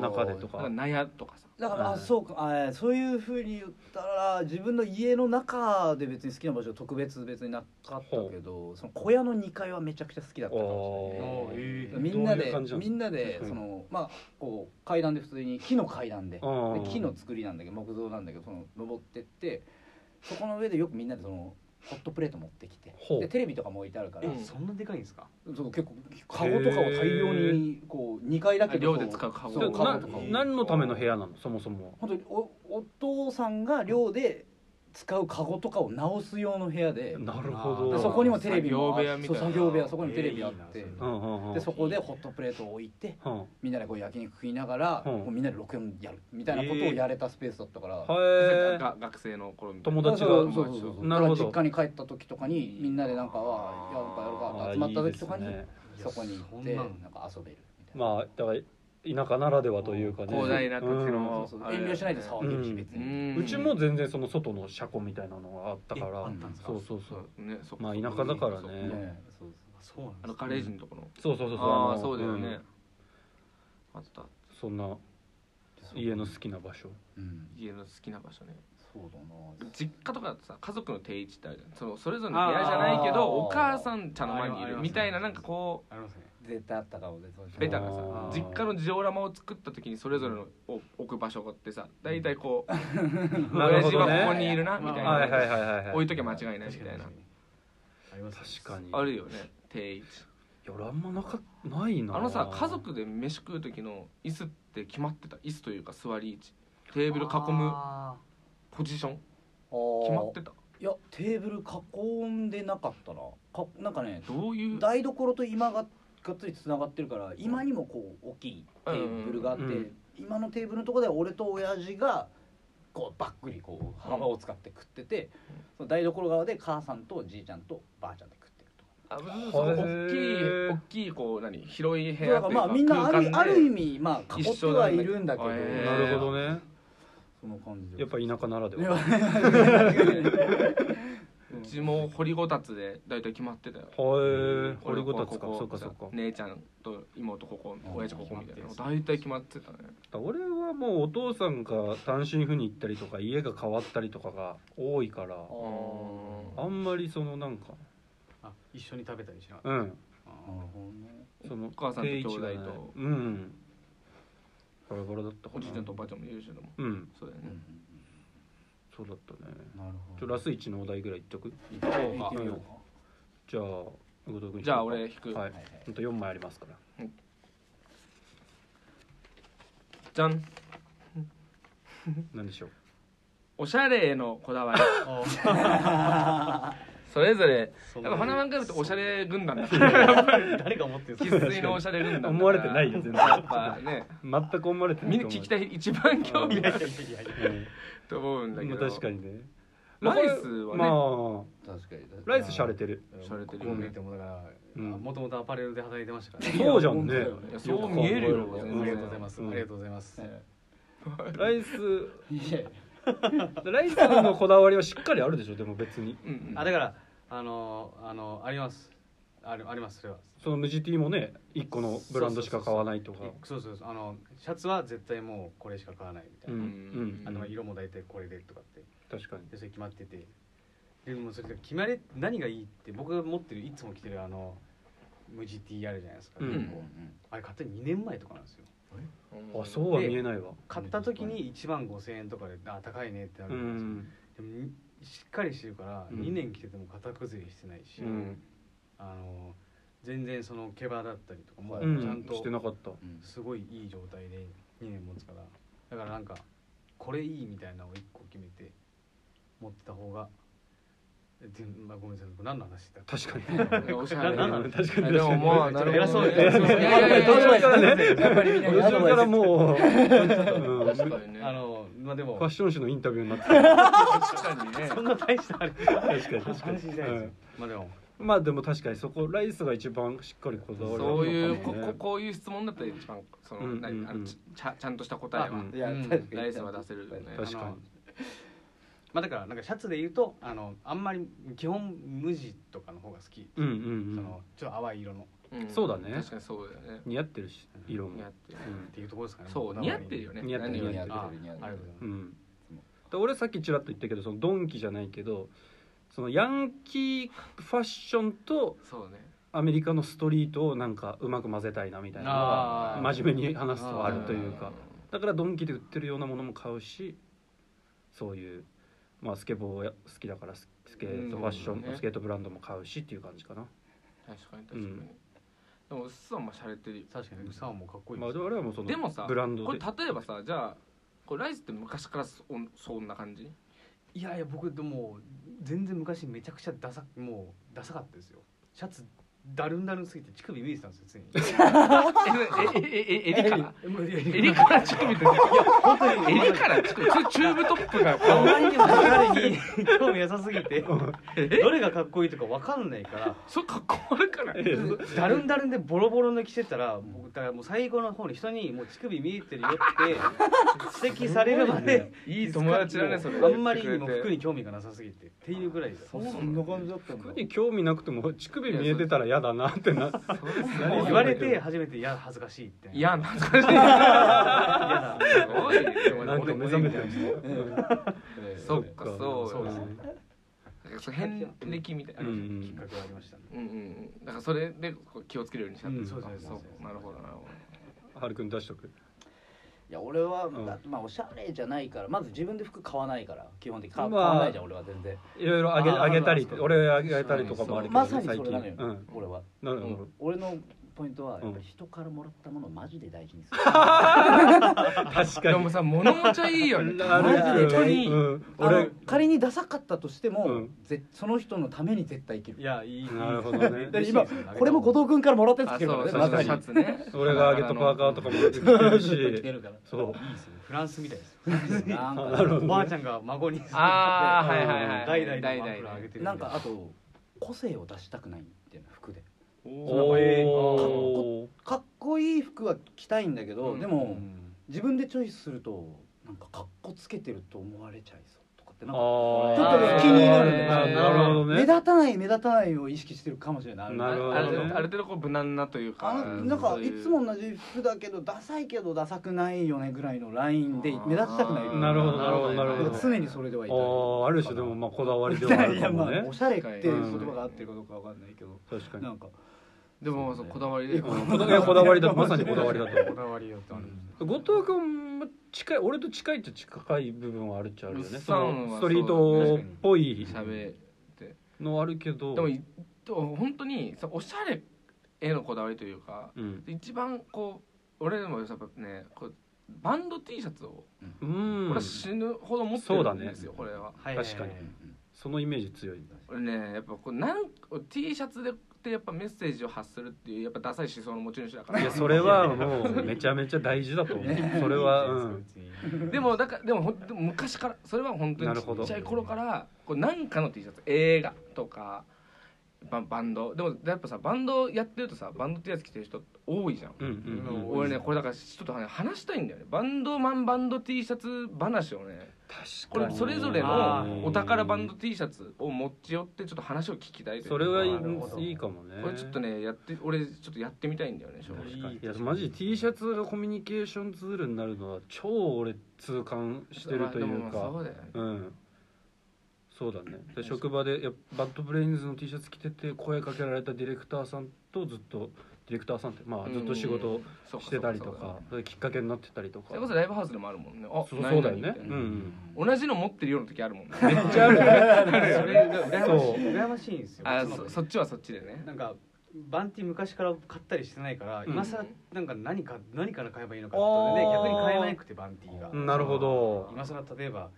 Speaker 3: 中でと
Speaker 1: だか
Speaker 3: から
Speaker 1: 納屋とかさ
Speaker 2: だから、
Speaker 3: う
Speaker 2: あ
Speaker 3: ん
Speaker 2: そうかあーそういうふうに言ったら自分の家の中で別に好きな場所は特別別になかったけどその小屋の2階はめちゃくちゃ好きだったかもしれない
Speaker 4: おー
Speaker 2: みんな
Speaker 3: どういう
Speaker 2: で
Speaker 3: 感じなの
Speaker 2: みんなで
Speaker 3: うん
Speaker 2: そのまあこう階段で普通に木の階段でで
Speaker 3: うん
Speaker 2: 木の作りなんだけど木造なんだけどその登ってってそこの上でよくみんなでそのホットプレート持ってきて
Speaker 3: ほう
Speaker 2: でテレビとかも置いてあるから
Speaker 4: えそんなでかいんですか
Speaker 2: そう結構カゴとかを大量にこう2階だけど
Speaker 1: あ寮で使うカゴ
Speaker 2: そう
Speaker 3: でな
Speaker 2: カゴとかを
Speaker 3: 何のための部屋なのそもそも
Speaker 2: 本当におお父さんが寮で使うカゴとかを直す用の部屋で
Speaker 3: なる
Speaker 4: あ
Speaker 3: ほ
Speaker 2: で
Speaker 3: ど
Speaker 2: そこにもテレビも
Speaker 1: 作業部屋みたいな
Speaker 2: そう作業部屋そこにテレビあっ
Speaker 4: え
Speaker 2: て
Speaker 4: ーいいな
Speaker 3: うんうんうん
Speaker 2: でそこでホットプレートを置いて
Speaker 3: うんへ
Speaker 2: みんなでこう焼肉食いながら
Speaker 3: うん
Speaker 2: こうみんなで録音やるみたいなことをやれたスペースだったから。
Speaker 3: え
Speaker 1: が学生の頃みたいな
Speaker 3: 友達が
Speaker 2: そうそうそうそう
Speaker 3: なるほど
Speaker 2: だから実家に帰った時とかにみんなでなんかはやろうかやろうかって集まった時とか
Speaker 3: あーいい
Speaker 2: に
Speaker 3: ですね
Speaker 2: そこに行って
Speaker 4: いやそんな
Speaker 2: なんんか遊べるみたいな
Speaker 3: まあだから田舎ならではというかね
Speaker 1: 広大な土地
Speaker 3: うん
Speaker 1: の
Speaker 2: そうそう
Speaker 1: あれ
Speaker 2: 遠慮しないで騒げるし別
Speaker 1: う
Speaker 2: に
Speaker 1: ん
Speaker 3: うちも全然その外の車庫みたいなのがあったか
Speaker 4: えあ
Speaker 3: ら
Speaker 4: ったんですか
Speaker 3: そうそうそ
Speaker 1: そううねそ
Speaker 3: まあ田舎だから
Speaker 1: そう
Speaker 3: ね
Speaker 2: ねそう
Speaker 4: あそうなん
Speaker 1: あ
Speaker 4: で
Speaker 1: の
Speaker 4: す
Speaker 1: ガレージのところ
Speaker 3: そうそうそうそう
Speaker 1: ああ
Speaker 3: の
Speaker 1: そうだよね
Speaker 3: ん
Speaker 1: あった
Speaker 3: そんな
Speaker 2: そう
Speaker 3: 家の好きな場所
Speaker 2: うん
Speaker 1: 家の好きな場所ね
Speaker 2: そうだな
Speaker 1: 実家とかだとさ家族の定位置ってあるじゃんそのそれぞれの部屋じゃないけど
Speaker 2: あー
Speaker 1: お母さん茶の間にい
Speaker 4: あります
Speaker 1: る
Speaker 4: ね
Speaker 1: みたいななんかこ
Speaker 4: ありますね
Speaker 2: 絶対あったかもねそういうの
Speaker 1: うベタなさ
Speaker 3: あー
Speaker 1: 実家のジオラマを作った時にそれぞれのおお置く場所ってさ大体こう
Speaker 3: な
Speaker 1: 親
Speaker 3: るほ
Speaker 1: 父
Speaker 3: ど
Speaker 1: は
Speaker 3: ね
Speaker 1: ここにいるなみたい
Speaker 4: まあ
Speaker 3: はい
Speaker 1: な
Speaker 3: はいはいはいはい
Speaker 1: 置いときゃ間違いないみたいな
Speaker 4: あります
Speaker 3: 確かに
Speaker 1: あるよね定位置
Speaker 3: いや俺あんまなかないな
Speaker 1: あのさ家族で飯食う時の椅子って決まってた椅子というか座り位置テーブル囲む
Speaker 4: あ
Speaker 1: ポジション
Speaker 2: 決
Speaker 1: 決まってた
Speaker 2: いやテーブル囲んでなかったなかなんかね
Speaker 1: どういう
Speaker 2: 台所と今ががっつりつながってるから今にもこう大きいテーブルがあって、
Speaker 3: うんうん
Speaker 2: 今のテーブルのとこでは俺と親父がこうばっくりこう幅を使って食ってて、その台所側で母さんとじいちゃんとばあちゃんで食ってると
Speaker 1: あその大きい
Speaker 3: へー
Speaker 1: 大きいこう何広い部
Speaker 2: だ
Speaker 1: 屋
Speaker 2: か
Speaker 1: と
Speaker 2: ら
Speaker 1: いう
Speaker 2: まあみんなある
Speaker 1: 空間で
Speaker 2: ある意味まあ囲っ
Speaker 1: 一
Speaker 2: て
Speaker 1: 緒
Speaker 2: は
Speaker 1: なんだ
Speaker 2: いるんだけど
Speaker 1: へー
Speaker 3: なるほどね
Speaker 2: その感じで
Speaker 3: やっぱ田舎ならで
Speaker 2: いや
Speaker 3: は
Speaker 1: うちも掘りごたつで大体決まってたよ
Speaker 3: はい掘
Speaker 1: 俺
Speaker 3: りごた
Speaker 1: は
Speaker 3: つか
Speaker 1: ここ
Speaker 3: そうかそうか
Speaker 1: 姉ちゃんと妹ここ親父ここみたいな
Speaker 4: うん
Speaker 1: 大体決まってたね
Speaker 3: 俺はもうお父さんが単身赴任行ったりとか家が変わったりとかが多いから
Speaker 2: あ
Speaker 1: ー
Speaker 3: あんまりそのなんか
Speaker 4: あ一緒に食べたりしなかった
Speaker 3: うん
Speaker 4: あ
Speaker 2: なるほどね
Speaker 3: その
Speaker 1: お母さんと
Speaker 3: 定位置が
Speaker 1: 兄弟と
Speaker 3: ないうんバラバラだったかな
Speaker 1: おじいちゃんとおばあちゃんも優秀だもん
Speaker 3: うん
Speaker 1: そうだよ
Speaker 2: うんう
Speaker 1: ね
Speaker 3: そうだったね
Speaker 2: んなるほ
Speaker 3: ちょ
Speaker 2: ど
Speaker 3: ラス1のお題ぐらい言っとく
Speaker 2: 行ってみようか
Speaker 1: 行って
Speaker 3: みようじゃあ後藤君
Speaker 1: じゃあ俺引く
Speaker 3: はい
Speaker 2: はいはい
Speaker 3: ほんと4枚ありますから
Speaker 1: じゃん
Speaker 3: 何でしょう
Speaker 1: おしゃれへのこだわり
Speaker 4: ー
Speaker 1: それぞれ
Speaker 4: そん
Speaker 1: や
Speaker 4: な
Speaker 1: っぱ花丸クラブっておしゃれ軍団だか
Speaker 4: や
Speaker 1: ら
Speaker 4: っ ぱり誰が持ってるんで
Speaker 1: 生
Speaker 4: すか
Speaker 1: 粋のおしゃれ軍団だから
Speaker 3: 思われてないよ全然
Speaker 1: やっぱね
Speaker 3: 全く思われてな
Speaker 1: み
Speaker 3: い
Speaker 1: ん
Speaker 3: と
Speaker 1: な
Speaker 3: 思う
Speaker 1: 聞きたい一番興味
Speaker 4: いや
Speaker 1: ないい
Speaker 4: やいやいや
Speaker 3: うん
Speaker 1: と思うんだけ
Speaker 3: ま
Speaker 1: ど
Speaker 3: あ確かにね
Speaker 1: まあライスはね
Speaker 3: ま
Speaker 2: 確かに
Speaker 3: あライス洒落てる
Speaker 1: 洒落てる
Speaker 4: ここを見てもだから、
Speaker 3: うん
Speaker 4: もともとアパレルで働いてましたから、
Speaker 2: いや
Speaker 3: そうじゃん
Speaker 2: 本当
Speaker 3: ね
Speaker 2: だよね
Speaker 1: いやそう見えるよ
Speaker 3: う
Speaker 1: 全
Speaker 3: ん
Speaker 4: あり
Speaker 1: 然
Speaker 4: がとうございます、
Speaker 3: うん
Speaker 4: ありがとうございます、
Speaker 3: ライス
Speaker 2: いやいや
Speaker 3: ライスのこだわりはしっかりあるでしょでも別に
Speaker 1: うんうん
Speaker 4: あだからあのあのありますあるありますそれは
Speaker 3: その無地 T もね1個のブランドしか買わないとか
Speaker 4: そうそうそうあのシャツは絶対もうこれしか買わないみ
Speaker 3: う
Speaker 4: たい
Speaker 3: んう
Speaker 4: な、
Speaker 3: ん
Speaker 4: あの色も大体これでとかって
Speaker 3: 確かに
Speaker 4: でそれ決まっててでもそれが決まれ何がいいって僕が持ってるいつも着てるあの無地 T あるじゃないですか、
Speaker 3: うん
Speaker 4: 結
Speaker 2: う
Speaker 4: 構
Speaker 2: ん
Speaker 4: あれ買った2年前とかなんですよ
Speaker 1: うん
Speaker 3: あそうは見えないわ
Speaker 4: 買った時に1万5000円とかであ高いねってな
Speaker 3: う
Speaker 4: るんですよ、
Speaker 3: ん
Speaker 4: でもにしっかりしてるから
Speaker 3: うん
Speaker 4: 2年着てても型崩れしてないし、
Speaker 3: うん
Speaker 4: あの全然その毛羽だったりとかも
Speaker 2: う
Speaker 4: ち
Speaker 3: う
Speaker 4: ゃ
Speaker 2: ん
Speaker 4: ん
Speaker 3: ん
Speaker 4: と
Speaker 3: してなかった
Speaker 2: うん
Speaker 4: すごいいい状態で2年持つからだからなんかこれいいみたいなのを1個決めて持ってた方がで、まあ、ごめんなさい何の話してたか
Speaker 3: 確かに
Speaker 1: いやおしゃれ
Speaker 4: なな
Speaker 3: 確かに確かに
Speaker 1: でももう
Speaker 4: ちょ
Speaker 1: なる
Speaker 4: っと
Speaker 1: ほ
Speaker 4: 偉
Speaker 1: ど
Speaker 4: そう
Speaker 1: ね
Speaker 4: に
Speaker 1: いやいやいやい
Speaker 3: 途中
Speaker 1: や
Speaker 3: からね
Speaker 2: やっぱりみんなに
Speaker 3: 途
Speaker 2: アド
Speaker 3: 中から
Speaker 2: バイス
Speaker 3: もううん
Speaker 1: 確
Speaker 3: フ
Speaker 1: かにね
Speaker 4: あのまあでも
Speaker 3: ァッション誌のインタビューになってる
Speaker 1: 確かにね
Speaker 4: そんな大したあれ
Speaker 3: 確かに確かに
Speaker 4: 話してないですよ、まあでも
Speaker 3: まあでも確かにそこライスが一番しっかりこだわりあるのかも
Speaker 1: そういうこ
Speaker 3: ね
Speaker 1: ここういう質問だったら一番そ
Speaker 3: うんうん
Speaker 1: の
Speaker 3: うん
Speaker 1: 何あのちちゃちゃんとした答え
Speaker 3: う
Speaker 1: は
Speaker 3: ん
Speaker 2: いや
Speaker 4: うん
Speaker 2: 確かに
Speaker 1: ライスは出せるよね
Speaker 3: 確かに
Speaker 4: まあだからなんかシャツで言うとあのあんまり基本無地とかの方が好き、
Speaker 3: うんうんう
Speaker 4: そ
Speaker 3: ん
Speaker 4: のちょっと淡い色の
Speaker 1: うん
Speaker 3: そうだね
Speaker 1: 確かにそうだよね
Speaker 3: 似合ってるし色も
Speaker 1: 似合ってる
Speaker 3: うん
Speaker 4: っていうところですかね
Speaker 1: そう似合ってるよね
Speaker 3: 似合ってる
Speaker 1: 何より
Speaker 3: 似合って
Speaker 2: る
Speaker 4: ああ
Speaker 2: 似
Speaker 4: り
Speaker 2: 合ってる
Speaker 4: がとうございます
Speaker 3: うん、で俺さっきちらっと言ったけどそのドンキじゃないけどそのヤンキーファッションと
Speaker 1: そうね
Speaker 3: アメリカのストリートをなんかうまく混ぜたいなみたいなのが
Speaker 4: あー
Speaker 3: 真面目に話すとあるという
Speaker 1: あ
Speaker 3: かだからドンキで売ってるようなものも買うしそういう、まあ、スケボーや好きだからススケートファッション、
Speaker 1: うん
Speaker 3: スケートブランドも買うしっていう感じかな、
Speaker 1: ー確かに確かに、
Speaker 3: うん
Speaker 1: でもスさんも洒落てるよ
Speaker 4: 確かにウサーもかっこいい
Speaker 3: まあ、
Speaker 4: です
Speaker 3: 俺はもうその
Speaker 1: でもさ
Speaker 3: ブランド
Speaker 1: これ
Speaker 3: で
Speaker 1: 例えばさじゃあこれライスって昔からそそんな感 じ
Speaker 4: いやいや僕でも全然昔めちゃくちゃダサもうダサかったですよシャツだるんだるんすぎて乳首見えてたんですよ
Speaker 1: えええええ襟 から
Speaker 4: 常に
Speaker 1: 襟から乳首って
Speaker 4: 本当に
Speaker 1: 襟から乳首それチューブトップがこ
Speaker 4: あ
Speaker 1: う
Speaker 4: まりにも彼に興味なさすぎ てどれがかっこいいとかわかんないから
Speaker 1: それかっこ悪くない
Speaker 3: えー
Speaker 4: だるんだるんでボロボロの着てたら僕だからもう最後の方に人にもう乳首見えてるよって指摘されるまで
Speaker 1: いい友達だねそれ
Speaker 4: あんまりに
Speaker 1: 言
Speaker 4: も
Speaker 1: ってく
Speaker 4: 服
Speaker 1: れて
Speaker 4: に興味がなさすぎてっていうぐらいです
Speaker 2: そんな感じだったんだ
Speaker 3: 服に興味なくても乳首見えてたら嫌だなってな
Speaker 4: もう言われて初めていや恥ずかしいって
Speaker 1: いや懐かしいすごい
Speaker 3: なんか目覚めてるんですよ
Speaker 1: そっか
Speaker 4: そ
Speaker 1: そうう
Speaker 4: で
Speaker 1: だ
Speaker 4: す
Speaker 1: ね
Speaker 4: ね
Speaker 1: なんかその遍歴みたいな、
Speaker 3: う
Speaker 1: うんん、
Speaker 4: きっかけはありましたね
Speaker 1: うんうんだからそれでこう気をつけるようにしたってことか
Speaker 4: うんそうそうそうそう
Speaker 1: なるほどなるほ
Speaker 3: はるくん出しとく
Speaker 2: いや俺は、
Speaker 3: ん
Speaker 2: だってまあおしゃれじゃないからまず自分で服買わないから基本的に買
Speaker 3: ま
Speaker 2: 買
Speaker 3: あ
Speaker 2: わないじゃん俺は全然
Speaker 3: いろいろあげ
Speaker 2: あー
Speaker 3: あげたり
Speaker 2: そうそう
Speaker 3: 俺あげたりとかもあるけど
Speaker 2: ま
Speaker 3: ね
Speaker 2: さに
Speaker 3: 最
Speaker 2: それな
Speaker 3: 近
Speaker 2: のよ、
Speaker 3: うん
Speaker 2: 俺は
Speaker 3: なるほど
Speaker 2: 俺のポイントは
Speaker 3: うん
Speaker 2: やっぱり人からもらったものをマジで大事にす る、
Speaker 3: 確
Speaker 1: で
Speaker 3: かに
Speaker 1: もさ物持ちはいいよね
Speaker 3: あるよね
Speaker 1: 本当に、
Speaker 3: うん
Speaker 2: あの
Speaker 3: 俺
Speaker 2: 仮にダサかったとしても、
Speaker 3: うん
Speaker 2: ぜその人のために絶対生きる
Speaker 4: いやいい
Speaker 3: なるほどね
Speaker 2: で今これも後藤君からもらったやつ着てるからね
Speaker 3: あそう
Speaker 2: まさ
Speaker 3: 確
Speaker 2: に
Speaker 1: シャツね
Speaker 3: 俺があげたパーカーとかも着てるし
Speaker 2: てるから
Speaker 3: そう
Speaker 4: フランスみたいです
Speaker 2: なん
Speaker 3: あなるほ
Speaker 2: か
Speaker 3: ど
Speaker 4: おばあちゃんが孫に
Speaker 1: ああ
Speaker 3: ー
Speaker 1: はいはいはい
Speaker 4: 代々のマフラーあげてる
Speaker 2: なんかあと個性を出したくないっていうの服で
Speaker 1: お
Speaker 3: お
Speaker 1: ー
Speaker 3: ー
Speaker 2: おかっこいい服は着たいんだけど、
Speaker 1: うん
Speaker 2: で
Speaker 4: う
Speaker 2: も
Speaker 4: ん
Speaker 2: 自分でチョイスするとなんかかっこつけてると思われちゃいそうとかってなんか
Speaker 3: あー
Speaker 2: ちょっと気になるんですよ
Speaker 3: あーなるほど
Speaker 2: 目
Speaker 3: ね
Speaker 2: 立たない目立たないを意識してるかもしれない
Speaker 3: なるほどね
Speaker 1: ある程度ある程度こう無難なというか
Speaker 2: あのなんか
Speaker 1: そう
Speaker 2: いうつも同じ服だけどダサいけどダサくないよねぐらいのラインで目立ちたくない
Speaker 1: あー
Speaker 3: なるほどなるほどなる
Speaker 2: だ
Speaker 3: ほ
Speaker 2: か
Speaker 3: ど
Speaker 2: ら常にそれで はいたい
Speaker 3: あーある種でもまあこだわりではある
Speaker 2: い
Speaker 3: か
Speaker 2: やま
Speaker 3: も
Speaker 2: あ
Speaker 3: ね
Speaker 2: おしゃれっていう言葉が合ってるかどうかわかんないけど
Speaker 3: 確かに
Speaker 2: なんか
Speaker 1: でもそうこだわりで
Speaker 2: え
Speaker 1: こ
Speaker 3: こだいやこだわりだまさにこだわりだと思
Speaker 4: こだわりよってあるんです
Speaker 3: う後藤君も近い俺と近いっちゃ近い部分はあるっちゃあるよ
Speaker 1: う
Speaker 3: ね
Speaker 1: っ
Speaker 3: そ
Speaker 1: さんは
Speaker 3: のストリートっぽい
Speaker 1: 喋って
Speaker 3: のあるけど
Speaker 1: でもいでも本当にそうおしゃれへのこだわりというか
Speaker 3: うん
Speaker 1: 一番こう俺でもやっぱねこうバンド T シャツを
Speaker 3: うん
Speaker 1: これ死ぬほど持ってるんですよ、これは。
Speaker 4: はい
Speaker 3: 確かにそのイメージ 強い
Speaker 1: 俺ねやっぱこうなん T シャツでってやっぱメッセージを発するっていうやっぱダサい思想の持ち主だ から
Speaker 3: いやそれはもうめちゃめちゃ大事だと思うそれはうん
Speaker 1: でもだからでもほんでも昔からそれは本当
Speaker 3: な
Speaker 1: に
Speaker 3: る
Speaker 1: ち
Speaker 3: ほど
Speaker 1: っちゃい頃からこうなんかの T シャツ映画とかババンドでもやっぱさバンドやってるとさバンド T シャツ着てる人多いじゃん、
Speaker 3: うんうんうん
Speaker 1: 俺ねこれだからちょっとね話したいんだよねバンドマンバンド T シャツ話をねこ
Speaker 3: 確か
Speaker 1: れ
Speaker 3: に
Speaker 1: それぞれ
Speaker 4: あ
Speaker 1: の
Speaker 4: ー
Speaker 1: お宝バンド T シャツを持ち寄ってちょっと話を聞きたいというか
Speaker 3: それはい
Speaker 4: なるほど
Speaker 3: いいいかもね
Speaker 1: これちょっとねやって俺ちょっとやってみたいんだよね正直
Speaker 3: 確かにいやマジ T シャツがコミュニケーションツールになるのは超俺痛感してるとい
Speaker 1: まあ
Speaker 3: う
Speaker 1: でもまあ
Speaker 3: か
Speaker 1: そうだよね
Speaker 3: うんそうだねで職場でやバッドブレインズの T シャツ着てて声かけられたディレクターさんとずっとディレクターさんってまあずっと仕事
Speaker 1: そうか
Speaker 3: してたりと
Speaker 1: そうそう
Speaker 3: かそれきっかけになってたりとか
Speaker 1: それこそライブハウスでもあるもんねあ
Speaker 3: そうそうだよ
Speaker 1: 何々
Speaker 3: ね
Speaker 1: みたい
Speaker 3: うん
Speaker 1: な
Speaker 3: うん
Speaker 1: 同じの持ってるような時あるもんね
Speaker 3: めっ ちゃあるよね
Speaker 4: それ が羨ましい羨ましいんですよ
Speaker 1: あ
Speaker 4: そ
Speaker 1: そ
Speaker 4: の
Speaker 1: そっちはそっちでね
Speaker 4: なんかバンティ昔から買ったりしてないから
Speaker 3: うん
Speaker 4: 今更なんか何か何から買えばいいのかってことで
Speaker 3: あー
Speaker 4: 逆に買えなくてバンティが
Speaker 3: うんなるほど
Speaker 4: 今更例えば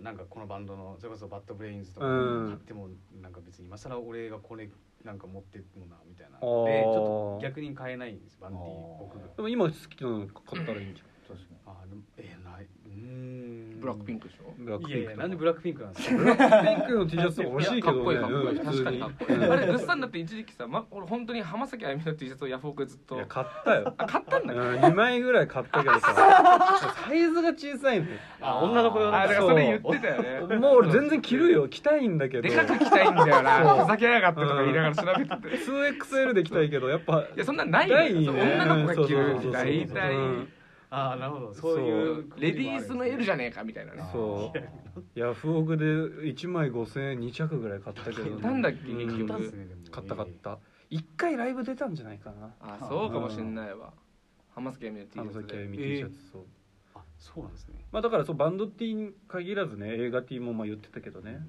Speaker 4: なんかこのバンドのそれこそバッドブレインズとか
Speaker 3: うん
Speaker 4: 買ってもなんか別に今更俺がこれなんか持ってもなみたいな
Speaker 3: あ
Speaker 4: でち
Speaker 3: ー
Speaker 4: ょっと逆に買えないんですバンティ僕が
Speaker 3: でも今好きなの買ったらいいんじ
Speaker 2: 確かに
Speaker 4: あーでもえーないうーん
Speaker 1: ブラックピン
Speaker 4: ク
Speaker 1: クでしょ
Speaker 3: ゃんブラック
Speaker 4: い
Speaker 3: ピン
Speaker 4: や
Speaker 3: ク
Speaker 4: いやなんでブ
Speaker 3: ラッ
Speaker 4: ラックピンクなんですか
Speaker 3: クピンクの T シャツとか欲しいけ
Speaker 1: か
Speaker 3: ど
Speaker 1: っ
Speaker 3: ね
Speaker 1: こいいかっこいい
Speaker 3: うん
Speaker 1: 確かにかっこいい
Speaker 3: うん
Speaker 1: あれぐっさんだって一時期さ、ま、俺本当に浜崎あゆみの T シャツをヤフオクでずっ
Speaker 3: い
Speaker 1: と
Speaker 3: や買ったよ
Speaker 1: あ買ったんだけど
Speaker 3: 2枚ぐらい買ったけどさサイズが小さいのよ
Speaker 4: あ女の子用
Speaker 1: あだ
Speaker 4: なん
Speaker 1: からそれ言ってたよね
Speaker 3: もう俺全然着るよ着たいんだけど
Speaker 1: でかく着たいんだよ
Speaker 3: そう
Speaker 1: なふざけやがってとか言いながら調べてて
Speaker 3: 2XL で着たいけどやっぱ
Speaker 1: いやそんなんないのよ
Speaker 3: ね
Speaker 1: 女の子が着る
Speaker 3: う
Speaker 1: っ
Speaker 3: ん
Speaker 1: て大体
Speaker 3: うん
Speaker 4: ああなるほどそういう
Speaker 1: レディースの L じ
Speaker 4: ゃ
Speaker 1: ゃねえかみたいなね
Speaker 3: そうヤフオクで1枚5000円2着ぐらい買ったけ ど
Speaker 1: なんだっけ
Speaker 3: う
Speaker 1: 結
Speaker 3: ん
Speaker 1: 局
Speaker 3: 買った買った1回ライブ出たんじゃないかな
Speaker 1: あそうかもしんないわ浜崎あゆみの T シ
Speaker 3: あの
Speaker 1: ャツ
Speaker 3: 時あゆ
Speaker 1: で
Speaker 3: み T シャツそう
Speaker 4: あそうなんですね
Speaker 3: まあだからそうバンド T に限らずね映画 T もまあ言ってたけどね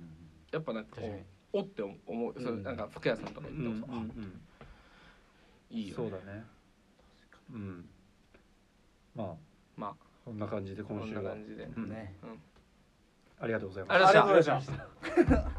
Speaker 1: やっぱなんかこ
Speaker 4: 確かに
Speaker 1: うおって思うそう
Speaker 4: うん
Speaker 1: なんか服屋さんとか
Speaker 3: う
Speaker 1: 行って
Speaker 3: んうんう
Speaker 1: もさあ
Speaker 3: ん
Speaker 1: いいよ
Speaker 3: そう
Speaker 1: ね
Speaker 3: だねうんまあ
Speaker 1: ま
Speaker 3: こんな感じで
Speaker 1: あこ
Speaker 3: 今
Speaker 1: ん
Speaker 3: 週
Speaker 1: な
Speaker 3: は
Speaker 1: 感じで
Speaker 3: うん
Speaker 2: ね
Speaker 1: うん
Speaker 3: ありがとうございま
Speaker 1: あり
Speaker 3: す
Speaker 1: がとうございました
Speaker 4: ざいました